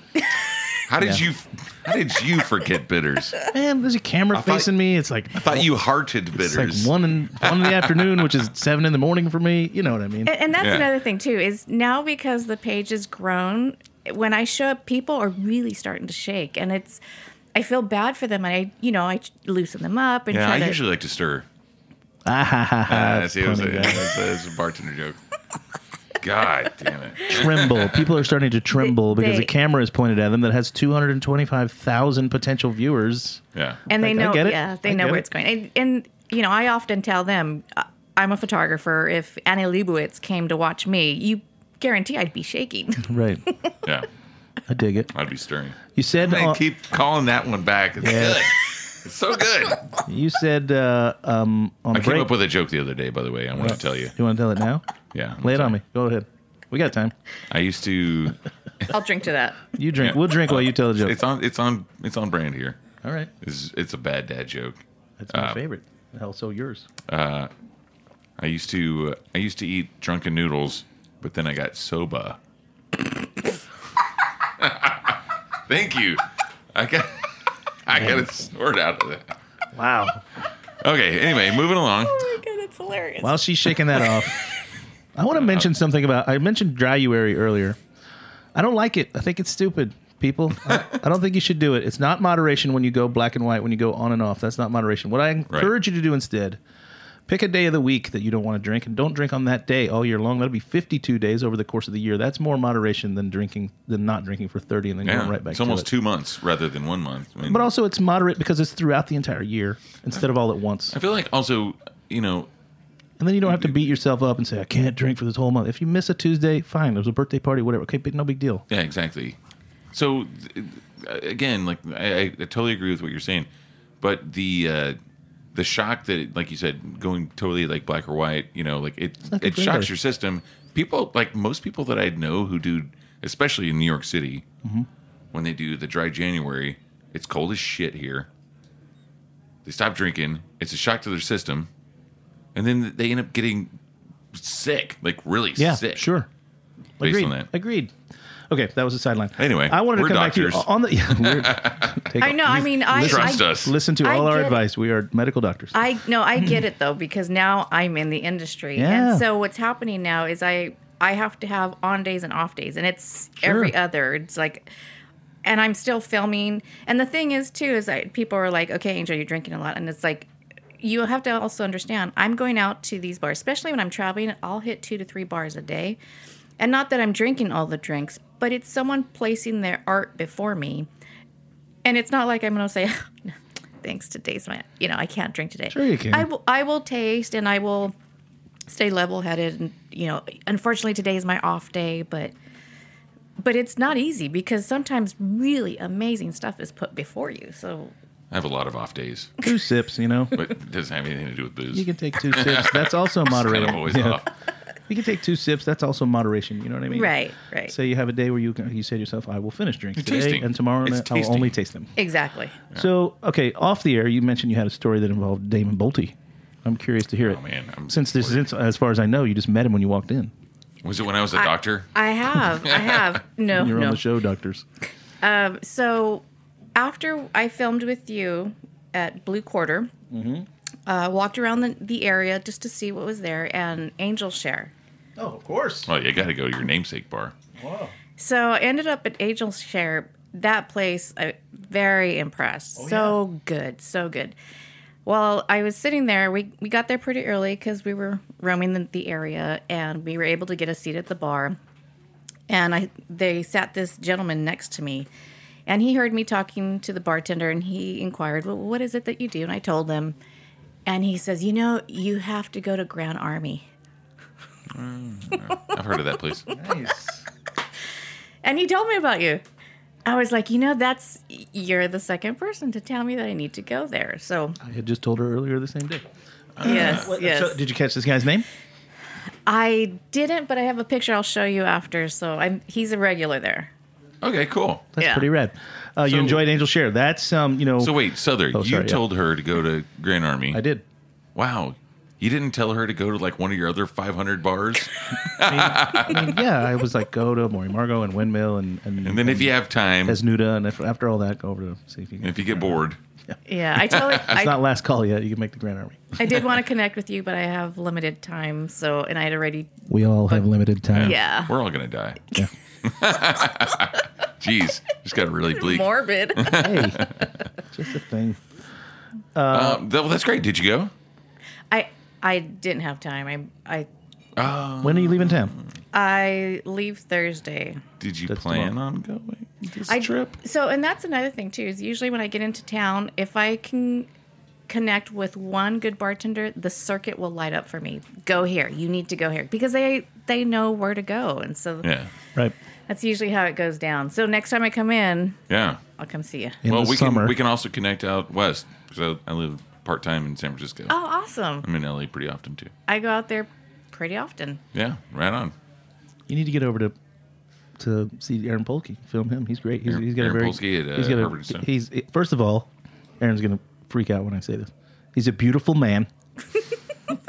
E: How did you how did you forget bitters?
F: Man, there's a camera
E: thought-
F: facing me. It's like
E: I thought you hearted
F: It's
E: bitters.
F: like one in one in the afternoon,
E: [LAUGHS]
F: which is seven in the morning for me. You know what I mean?
G: And, and that's
E: Yeah.
G: another thing too is now because the page has grown, when I show up, people are really starting to shake, and it's I feel bad for them, and I you know I loosen them up and
E: yeah,
G: try
E: I
G: to.
E: usually like to stir.
F: Ah, ha, ha, ha.
E: Uh, see, it was, a,
F: Funny
E: it,
F: guy.
E: was a, it was a bartender joke. God damn it!
F: Tremble. People are starting to tremble
G: They-
F: because
G: they-
F: a camera is pointed at them that has two hundred and twenty-five thousand potential viewers.
E: Yeah,
G: and they
F: Like, I
G: know,
F: get it.
G: yeah, they
F: I
G: know
F: get
G: where
F: it.
G: it's going. And, and you know, I often tell them, uh, I'm a photographer. If Annie Leibovitz came to watch me, you guarantee I'd be shaking. [LAUGHS]
F: Right.
E: yeah,
F: I dig it.
E: I'd be stirring.
F: You said
E: They
F: uh,
E: keep calling that one back. It's
F: Yeah.
E: good. It's so good.
F: [LAUGHS] you said uh, um, on
E: I
F: the
E: came
F: break.
E: up with a joke the other day. By the way, I want to tell you.
F: you want to tell it now?
E: Yeah, I'm
F: Lay it on
E: sorry.
F: me. Go ahead. We got time.
E: I used to.
G: I'll drink to [LAUGHS] that.
F: You drink.
E: Yeah.
F: We'll drink while you tell the joke.
E: It's on. It's on. It's on brand here.
F: All right.
E: It's, it's a bad dad joke.
F: That's my
E: Uh,
F: favorite. Hell, so yours.
E: I used to. uh, I used to eat drunken noodles, but then I got soba. [LAUGHS] Thank you. I got. [LAUGHS] I got a snort out of that.
F: Wow.
E: Okay. Anyway, moving along.
G: Oh my god, that's hilarious.
F: While she's shaking
E: [LAUGHS]
F: that off, I want to mention something about. I mentioned dryuary earlier. I don't like it. I think it's stupid,
E: [LAUGHS]
F: people. I, I don't think you should do it. It's not moderation when you go black and white, when you go on and off. That's not moderation. What I encourage you to do instead, pick a day of the week that you don't want to drink and don't drink on that day all year long. That'll be 52 days over the course of the year. That's more moderation than drinking, than not drinking for 30 and then
E: Yeah,
F: going right back
E: it's
F: to
E: almost
F: it.
E: two months rather than one month. I mean,
F: But also, it's moderate because it's throughout the entire year instead of all at once.
E: I feel like also, you know,
F: And then you don't have to
E: Mm-hmm.
F: beat yourself up and say, I can't drink for this whole month. If you miss a Tuesday, fine. There's a birthday party, whatever. Okay, but no big deal.
E: yeah, exactly. So th- again, like I, I totally agree with what you're saying, but the uh, the shock that, like you said, going totally like black or white, you know, like it
F: nothing
E: it shocks
F: greater.
E: your system. People like most people that I know who do, especially in New York City,
F: Mm-hmm.
E: when they do the dry January, it's cold as shit here. They stop drinking. It's a shock to their system, and then they end up getting sick, like really
F: Yeah,
E: sick.
F: sure.
E: Based
F: Agreed.
E: on that.
F: Agreed. Okay, that was a sideline.
E: Anyway,
F: I wanted to
E: we're
F: come back
E: doctors.
F: to you on the. Yeah,
E: [LAUGHS]
F: we're- take
G: I know. I mean, I
E: Trust
G: I,
E: us.
F: Listen to
G: I
F: all our
G: get-
F: advice. We are medical doctors.
G: I no, I get it though because now I'm in the industry,
F: Yeah.
G: and so what's happening now is I I have to have on days and off days, and it's every other. It's like, and I'm still filming. And the thing is too is that people are like, okay, Angel, you're drinking a lot, and it's like. You have to also understand. I'm going out to these bars, especially when I'm traveling. I'll hit two to three bars a day, And not that I'm drinking all the drinks, but it's someone placing their art before me. And it's not like I'm going to say, [LAUGHS] thanks, today's my, you know, I can't drink today.
F: Sure you can.
G: I will, I will taste and I will stay level headed. And, you know, unfortunately, today is my off day, but. But it's not easy because sometimes really amazing stuff is put before you. So
E: I have a lot of off days,
F: Two sips, you
E: [LAUGHS]
F: know. [LAUGHS]
E: but it doesn't have anything to do with booze.
F: You can take two
E: [LAUGHS]
F: sips. That's also
E: kind of
F: moderation.
E: always
F: Yeah.
E: off.
F: You can take two sips. That's also moderation. You know what I mean?
G: Right, right.
F: Say you have a day where you can, you say to yourself, "I will finish drinks today
E: tasting.
F: and tomorrow,
E: It's
F: and I'll
E: tasting.
F: only taste them."
G: exactly.
F: So, okay, off the air, you mentioned you had a story that involved Damon Bolte. I'm curious to hear it.
E: Oh, man, I'm
F: since this, since as far as I know, you just met him when you walked in.
E: Was it when I was a doctor?
G: I have. I have.
F: [LAUGHS]
G: No,
F: You're
G: no.
F: on the show, doctors.
G: So after I filmed with you at Blue Quarter, uh, walked around the, the area just to see what was there, and Angel Share.
F: Oh, of course.
E: Well, you got to go to your namesake bar.
G: So I ended up at Angel Share. That place, I very impressed. so good, so good. Well, I was sitting there. We we got there pretty early because we were roaming the, the area, and we were able to get a seat at the bar. And I they sat this gentleman next to me, and he heard me talking to the bartender, and he inquired, "Well, what is it that you do?" And I told him, and he says, "You know, you have to go to Grand Army."
E: I've heard of that place.
F: Nice.
G: and he told me about you. I was like, you know, that's you're the second person to tell me that I need to go there. So
F: I had just told her earlier the same day.
G: yes, yes.
F: Ah. So, did you catch this guy's name?
G: I didn't, but I have a picture I'll show you after. So I'm he's a regular there.
E: Okay, cool.
F: That's
G: Yeah.
F: pretty rad. Uh, you
E: So-
F: enjoyed Angel Share. That's um, you know,
E: So wait, Souther,
F: Oh,
E: you
F: sorry, yeah.
E: told her to go to Grand Army.
F: I did.
E: Wow. You didn't tell her to go to like one of your other 500 bars?
F: I mean, yeah, I was like, go to Maury Margo and Windmill and and,
E: And then if you have time,
F: Esnuda, and if, after all that, go over to see if you can.
E: if you get bored,
G: Yeah, I totally
F: It's not
G: I,
F: last call yet. You can make the Grand Army.
G: I did want to connect with you, but I have limited time. So and I had already
F: We all have limited time.
G: yeah,
E: [LAUGHS] we're all going to die.
F: Yeah.
E: Jeez, just got really bleak.
G: morbid. [LAUGHS]
F: Hey, just a thing.
E: Um, th- well, that's great. Did you go?
G: I I didn't have time. I I
F: When are you leaving town?
G: I leave Thursday.
E: Did you
F: That's
E: plan
F: tomorrow.
E: on going this
G: I-
E: trip?
G: So, and that's another thing too. Is usually when I get into town, if I can connect with one good bartender, the circuit will light up for me. Go here. You need to go here because they they know where to go, and so
E: Yeah.
F: Right.
G: that's usually how it goes down. So next time I come in,
E: Yeah.
G: I'll come see you.
F: In
E: well,
F: the
E: we
F: summer.
E: can we can also connect out west because I, I live part time in San Francisco.
G: Oh, awesome!
E: I'm in LA pretty often too.
G: I go out there pretty often.
E: Yeah, right on.
F: You need to get over to to see Aaron Polke. Film him. He's great. He's,
E: Aaron-
F: he's got
E: Aaron
F: a very.
E: Polsky at, uh,
F: he's got
E: Harvard
F: a.
E: Stone.
F: He's first of all, Aaron's gonna freak out when I say this. He's a beautiful man.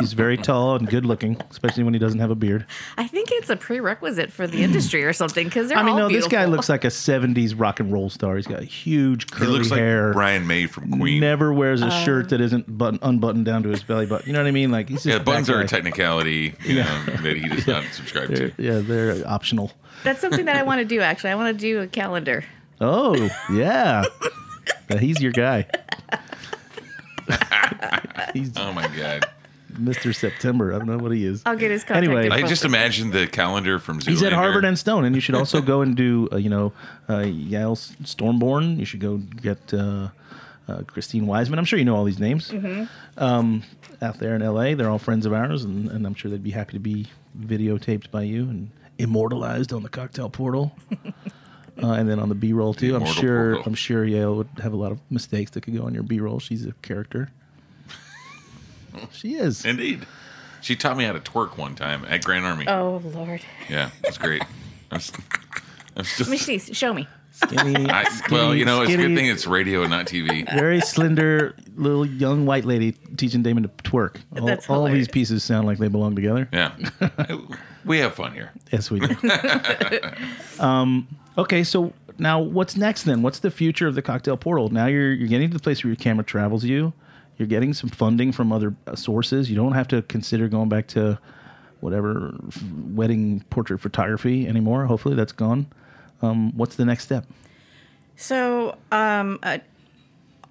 F: he's very tall and good looking, especially when he doesn't have a beard.
G: I think it's a prerequisite for
F: [CLEARS THROAT]
G: the industry or something because they're
F: I mean,
G: all
F: no,
G: beautiful.
F: this guy looks like a '70s rock and roll star. He's got huge
E: He
F: curly
E: looks
F: hair.
E: like Brian May from Queen.
F: Never wears a shirt that isn't button, unbuttoned down to his belly button. You know what I mean? Like he's just
E: yeah,
F: that
E: buttons are
F: guy.
E: a
F: [LAUGHS]
E: technicality you know, that he does not subscribe to.
F: They're- yeah, they're optional.
G: That's something that I want to do. Actually, I want to do a calendar.
F: Oh, yeah. Yeah, he's your guy. [LAUGHS] he's
E: Oh my god!
F: Mr. September. I don't know what he is.
G: I'll
F: [LAUGHS]
G: get his contact.
F: Anyway,
E: I
G: info.
E: just imagined the calendar from Zoolander.
F: He's at Harvard and Stone, and you should also go and do,
E: [LAUGHS]
F: uh, you know, uh, Yale S- Stormborn. You should go get uh, uh, Christine Wiseman. I'm sure you know all these names um, out there in LA. They're all friends of ours, and, and I'm sure they'd be happy to be videotaped by you and immortalized on the cocktail portal. Uh, and then on the B-roll too, I'm
E: immortal
F: sure.
E: portal.
F: I'm sure Yale would have a lot of mistakes that could go on your B-roll. She's a
E: [LAUGHS]
F: character. she is.
E: Indeed, she taught me how to twerk one time at Grand Army.
G: Oh Lord,
E: Yeah, that's great. I'm, s-
G: [LAUGHS]
E: I'm still.
G: Michelle, show me.
F: Skinny,
E: I, well, you know, it's a good
F: skinny-
E: thing it's radio and not
F: [LAUGHS]
E: TV.
F: very slender little young white lady teaching Damon to twerk. All,
G: That's
F: all these
G: hilarious.
F: pieces sound like they belong together.
E: Yeah, we have fun here.
F: Yes,
G: [LAUGHS]
F: we do. um, okay, so now what's next then? What's the future of the cocktail portal? Now you're you're getting to the place where your camera travels you. You're getting some funding from other uh, sources. You don't have to consider going back to whatever f- wedding portrait photography anymore. Hopefully, that's gone. Um, what's the next step?
G: So, um, uh,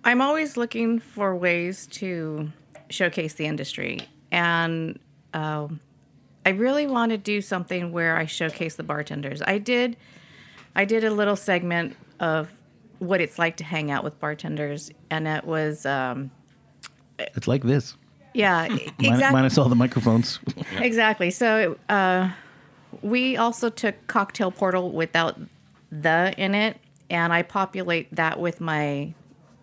G: I'm always looking for ways to showcase the industry, and um, I really want to do something where I showcase the bartenders. I did I did a little segment of what it's like to hang out with bartenders and it was um
F: It's like this.
G: yeah,
F: Min-
G: exactly.
F: minus all the microphones. [LAUGHS]
G: Exactly. So uh, we also took Cocktail Portal without the in it, and I populate that with my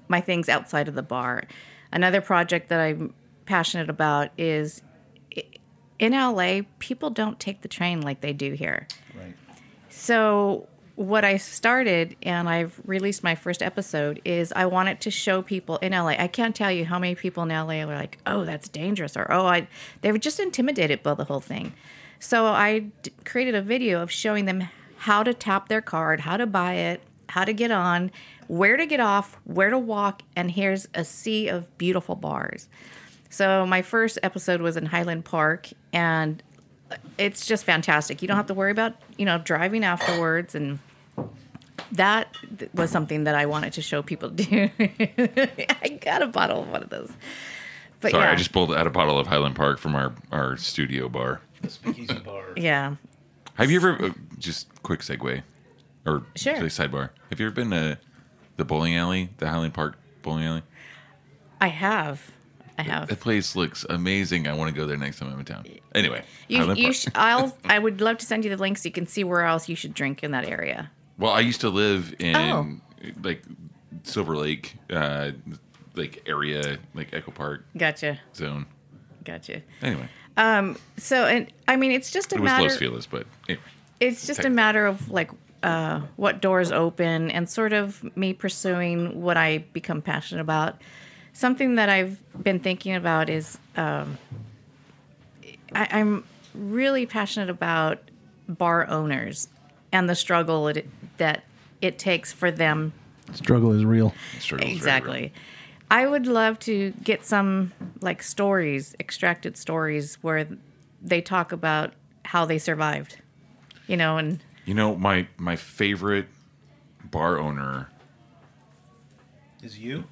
G: my things outside of the bar. Another project that I'm passionate about is i- in LA, people don't take the train like they do here.
F: right.
G: So what I started and I've released my first episode is I wanted to show people in LA. I can't tell you how many people in LA were like, "Oh, that's dangerous," or "Oh, I." They were just intimidated by the whole thing. So I d- created a video of showing them how to tap their card, how to buy it, how to get on, where to get off, where to walk, and here's a sea of beautiful bars. So my first episode was in Highland Park, and it's just fantastic. You don't have to worry about you know driving afterwards, and that th- was something that I wanted to show people [LAUGHS] to do. I got a bottle of one of those. But
E: Sorry,
G: yeah,
E: I just pulled out a bottle of Highland Park from our, our studio bar.
G: yeah,
E: Have you ever, uh, just quick segue, or
G: Sure.
E: say sidebar, have you ever been to the bowling alley, the Highland Park bowling alley?
G: I have, I have.
E: That place looks amazing. I want to go there next time I'm in town. Anyway,
G: You,
E: Highland
G: you
E: Park.
G: sh- I'll, I would love to send you the link so you can see where else you should drink in that area.
E: Well, I used to live in
G: Oh.
E: like Silver Lake, uh, like area, like Echo Park
G: Gotcha,
E: zone.
G: gotcha.
E: Anyway,
G: So, and I mean, it's just a
E: it was
G: matter.
E: Los Feliz, but anyway.
G: it's just a
E: Tech-
G: matter of like uh, what doors open and sort of me pursuing what I become passionate about. Something that I've been thinking about is um, I, I'm really passionate about bar owners and the struggle it, that it takes for them
F: Struggle is real.
E: struggles very
G: exactly
E: real.
G: i would love to get some like stories extracted stories where they talk about how they survived you know and
E: You know, my my favorite bar owner
F: Is you?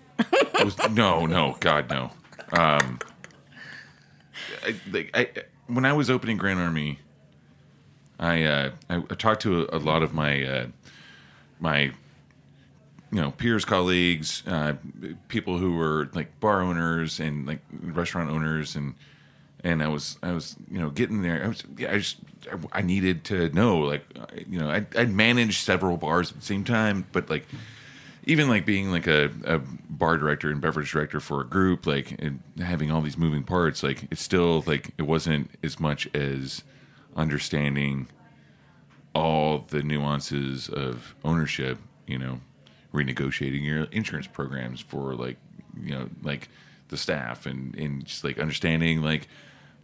E: was no, no, God, no. Um, I, like I, when I was opening Grand Army, I uh, I, I talked to a, a lot of my uh, my you know peers, colleagues, uh, people who were like bar owners and like restaurant owners, and and I was I was you know getting there. I was yeah, I just I, I needed to know like I- you know I I managed several bars at the same time, but like even like being like a, a bar director and beverage director for a group like and having all these moving parts like it's still like it wasn't as much as understanding all the nuances of ownership you know renegotiating your insurance programs for like you know like the staff and and just like understanding like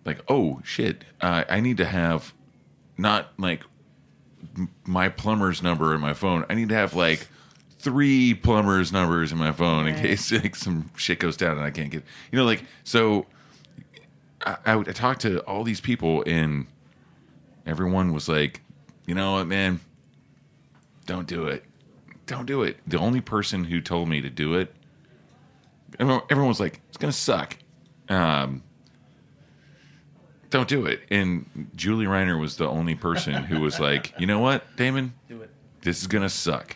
E: like oh shit uh, i need to have not like my plumber's number in my phone. I need to have like three plumber's numbers in my phone in case [LAUGHS] like some shit goes down and I can't get you know like so. I, I, would- I talked to all these people and everyone was like, you know what, man, don't do it, don't do it. The only person who told me to do it, everyone everyone was like, it's gonna suck. Um, don't do it. And Julie Reiner was the only person who was like, you know what, Damon? Do it. This is going to suck,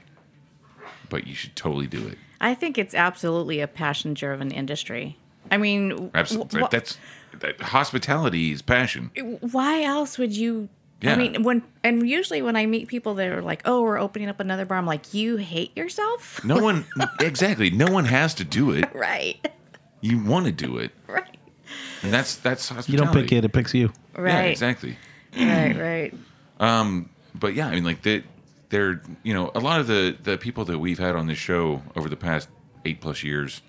E: but you should totally do it.
G: I think it's absolutely a passion driven industry. I mean,
E: Absolutely.
G: wh- wh-
E: That's that, hospitality is passion.
G: why else would you?
E: Yeah.
G: I mean, when and usually when I meet people that are like, "Oh, we're opening up another bar," I'm like, "You hate yourself?" [LAUGHS]
E: No one, exactly. No one has to do it.
G: Right, [LAUGHS]
E: You want to do it.
G: right,
E: And that's, that's
F: You
E: hospitality.
F: don't pick it, it picks you.
G: right,
E: Yeah, exactly.
G: right, right.
E: but yeah, I mean, like they, they're you know a lot of the the people that we've had on this show over the past eight plus years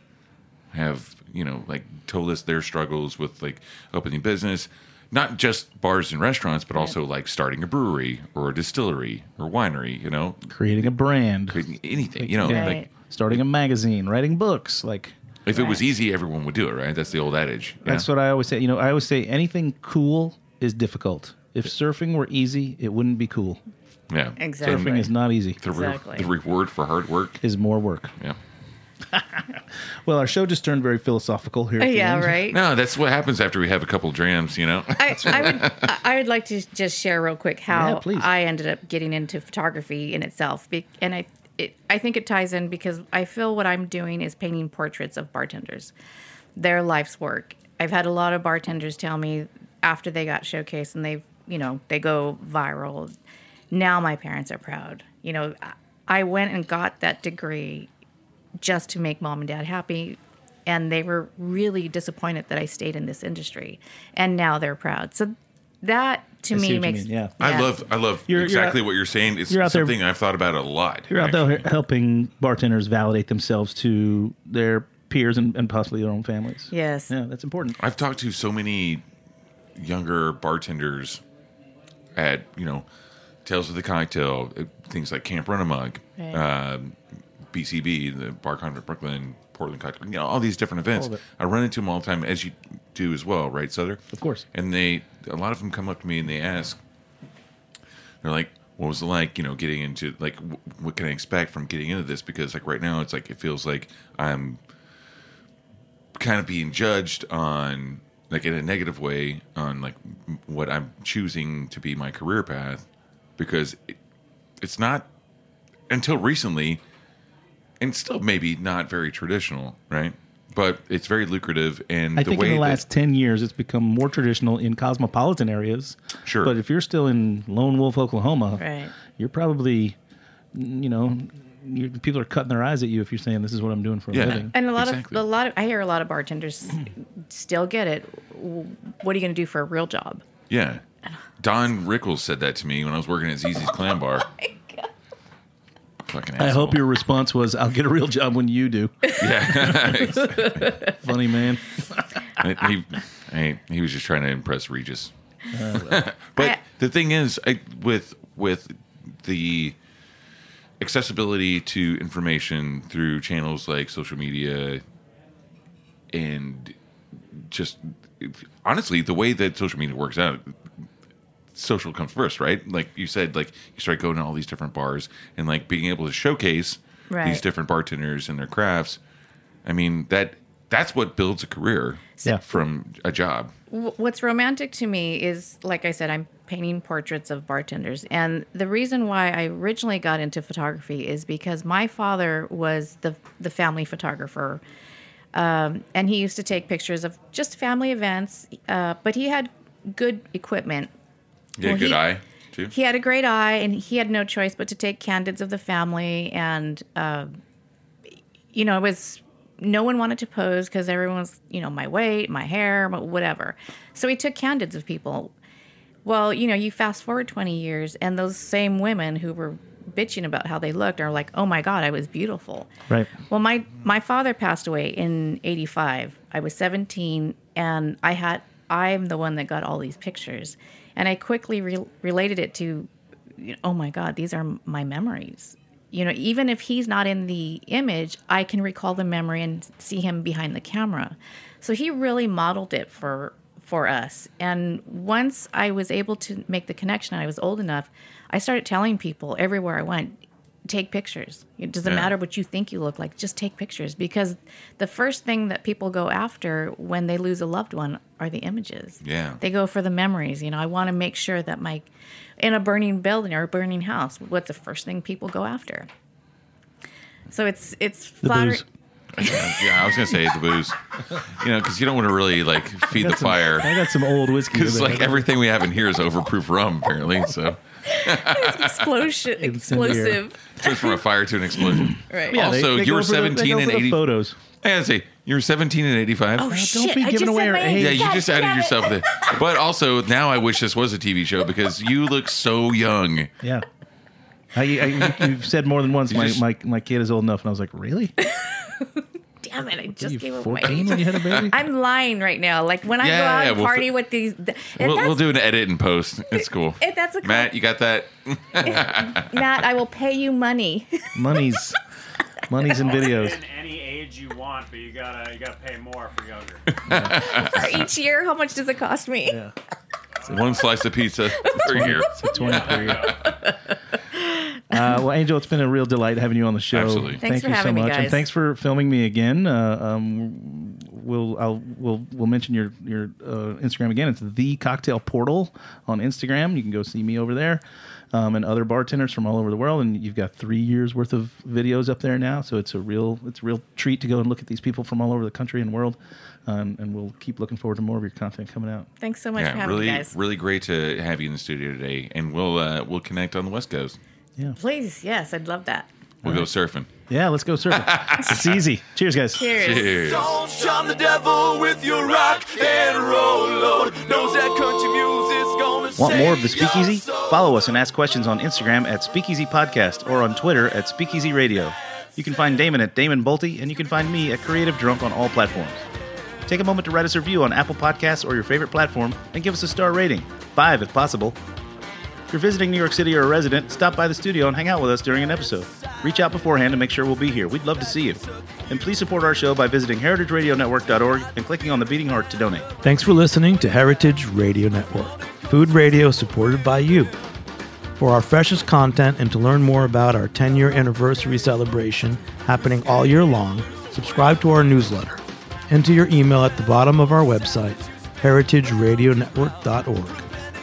E: have you know like told us their struggles with like opening business, not just bars and restaurants, but also like starting a brewery or a distillery or winery, you know,
F: Creating a brand,
E: anything, you know,
F: Yeah.
E: like
G: Right.
F: starting a magazine, writing books. Like,
E: if it was easy, everyone would do it, right? That's the old adage. you
F: that's
E: know?
F: what I always say. You know, I always say anything cool is difficult. If surfing were easy, it wouldn't be cool.
E: yeah,
G: Exactly.
F: Surfing is not easy,
E: The, re-
G: Exactly.
E: the reward for hard work,
F: is more work.
E: yeah.
F: Well, our show just turned very philosophical here. at the
G: yeah,
F: end.
G: right.
E: No, that's what happens after we have a couple drams, you know?
G: I, I would I- I would like to just share real quick
F: Yeah,
G: how
F: please.
G: I ended up getting into photography in itself, be- and I it, I think it ties in because I feel what I'm doing is painting portraits of bartenders, their life's work. I've had a lot of bartenders tell me after they got showcased and they you know they go viral. Now my parents are proud. You know, I- I went and got that degree just to make mom and dad happy. And they were really disappointed that I stayed in this industry. And now they're proud. So that to
F: I see what
G: me
F: you
G: makes
F: mean, yeah.
E: I love I love
F: You're- you're
E: exactly
F: out-
E: what you're saying. It's
F: you're out there-
E: something I've thought about a lot.
F: You're out there helping bartenders validate themselves to their peers and, and possibly their own families.
G: Yes.
F: Yeah, that's important.
E: I've talked to so many younger bartenders at you know Tales of the Cocktail, uh, things like Camp Run a Mug,
G: Right.
E: um, BCB, the Bar Con at Brooklyn, Portland Cocktail, you know, all these different events.
F: All of it.
E: I run into them all the time, as you do as well, right, Souther?
F: Of course.
E: And they, a lot of them come up to me and they ask, they're like, what was it like, you know, getting into like, w- what can I expect from getting into this? Because like right now, it's like it feels like I'm kind of being judged on like in a negative way on like m- what I'm choosing to be my career path because it, it's not until recently and still maybe not very traditional, right? But it's very lucrative and
F: I
E: the
F: think
E: way
F: in the
E: that-
F: last 10 years, it's become more traditional in cosmopolitan areas.
E: Sure.
F: But if you're still in Lone Wolf, Oklahoma,
G: Right.
F: you're probably, you know, you people are cutting their eyes at you if you're saying this is what I'm doing for a
E: Yeah.
F: living.
G: And a lot
E: Exactly.
G: of a lot of I hear a lot of bartenders still get it. W- What are you going to do for a real job?
E: Yeah. Don Rickles said that to me when I was working at ZZ's Clam Bar. Fucking
F: I hope
E: asshole.
F: your response was, I'll get a real job when
E: [LAUGHS]
F: you do. Funny man.
E: I- he, I- he was just trying to impress Regis. but
G: I-
E: the thing is, I, with with the accessibility to information through channels like social media and just honestly the way that social media works out social comes first right like you said like you start going to all these different bars and like being able to showcase these
G: Right.
E: different bartenders and their crafts i mean that that's what builds a career
F: Yeah.
E: from a job
G: Wh- What's romantic to me is, like I said, I'm painting portraits of bartenders. And the reason why I originally got into photography is because my father was the, the family photographer. Um, and he used to take pictures of just family events, uh, but he had good equipment.
E: yeah
G: Well,
E: good
G: he-
E: eye too
G: He had a great eye, and he had no choice but to take candids of the family. And uh, you know, it was no one wanted to pose because everyone's you know my weight, my hair, my whatever. So he took candids of people. Well, you know, you fast forward twenty years, and those same women who were bitching about how they looked are like, "Oh my God, I was beautiful."
F: Right.
G: Well, my my father passed away in '85. I was 17, and I had I'm the one that got all these pictures, and I quickly re- related it to, you know, oh my God, these are my memories. You know, even if he's not in the image, I can recall the memory and see him behind the camera. So he really modeled it for for us. And once I was able to make the connection, I was old enough. I started telling people everywhere I went, take pictures. It doesn't
E: Yeah.
G: matter what you think you look like, just take pictures because the first thing that people go after when they lose a loved one are the images.
E: Yeah.
G: They go for the memories. You know, I want to make sure that my, in a burning building or a burning house, what's the first thing people go after? So it's, it's
F: The
G: flattering. [LAUGHS]
F: booze.
E: yeah i was gonna say the booze you know because you don't want to really like feed the
F: [LAUGHS]
E: fire
F: I got some old whiskey.
E: Because
F: over
E: like
F: there.
E: everything we have in here is overproof rum, apparently. So
G: Explosion,
F: [LAUGHS] Incendiary.
G: explosive.
E: it turns from a fire to an explosion.
G: Right. Oh,
F: Yeah, they-
E: also,
F: they
E: you
F: go
E: were
F: for the- they
E: 17
F: go
E: and
F: for the
E: 80
F: photos.
E: I gotta say, you were 17 and 85.
G: Oh, shit.
F: be
G: I
F: giving
G: just
F: away
G: said
F: our
G: my
F: age.
E: yeah,
G: age.
E: you just outed
G: damn it.
E: yourself.
G: [LAUGHS]
E: There. But also, now I wish this was a TV show because you look so young.
F: Yeah. I, I, you've said more than once. My,
E: just-
F: my my kid is old enough, and I was like, really?
G: Damn it. I
F: You
G: just gave away.
F: 14 when you had a
G: [LAUGHS]
F: baby?
G: I'm lying right now. Like when I
E: Yeah,
G: go out
E: yeah,
G: and
E: we'll
G: party
E: fi-
G: with these, th- and
E: We'll,
G: that's
E: we'll do an edit and post. It's cool.
G: If that's a cool-
E: Matt, you got that?
G: Matt, I will pay you money. [LAUGHS]
F: Money's money's in videos.
I: In any age you want, but you gotta you gotta pay more for younger.
G: For each year, how much does it cost me?
F: Yeah.
E: [LAUGHS] One slice of pizza per year.
F: It's a 20 per year. Uh, well, Angel, it's been a real delight having you on the show.
E: Absolutely.
F: Thank
G: Thanks for
F: you
G: having
F: so
G: me,
F: much, and
G: guys.
F: thanks for filming me again. Uh, um, we'll I'll we'll we'll mention your your uh, Instagram again. It's the Cocktail Portal on Instagram. You can go see me over there, um, and other bartenders from all over the world. And you've got three years worth of videos up there now, so it's a real it's a real treat to go and look at these people from all over the country and world. Um, and we'll keep looking forward to more of your content coming out.
G: Thanks so much for having
E: really,
G: me, guys.
E: really great to have you in the studio today, and we'll uh, we'll connect on the West Coast.
G: Please, yes, I'd love that.
E: We'll go surfing.
F: Yeah, let's go
G: [LAUGHS]
F: surfing. it's easy. Cheers, guys.
G: Cheers.
D: Don't shun the devil with your rock and roll load. Knows that country music's gonna
F: Want more of the
D: save your
F: Speakeasy?
D: soul.
F: Follow us and ask questions on Instagram at Speakeasy Podcast or on Twitter at Speakeasy Radio. You can find Damon at Damon Bolte, and you can find me at Creative Drunk on all platforms. Take a moment to write us a review on Apple Podcasts or your favorite platform and give us a star rating, five if possible. If you're visiting New York City or a resident, stop by the studio and hang out with us during an episode. Reach out beforehand to make sure we'll be here. We'd love to see you. And please support our show by visiting heritageradionetwork.org and clicking on the beating heart to donate.
C: Thanks for listening to Heritage Radio Network, food radio supported by you. For our freshest content and to learn more about our 10 year anniversary celebration happening all year long, subscribe to our newsletter. Enter your email at the bottom of our website, heritageradionetwork.org.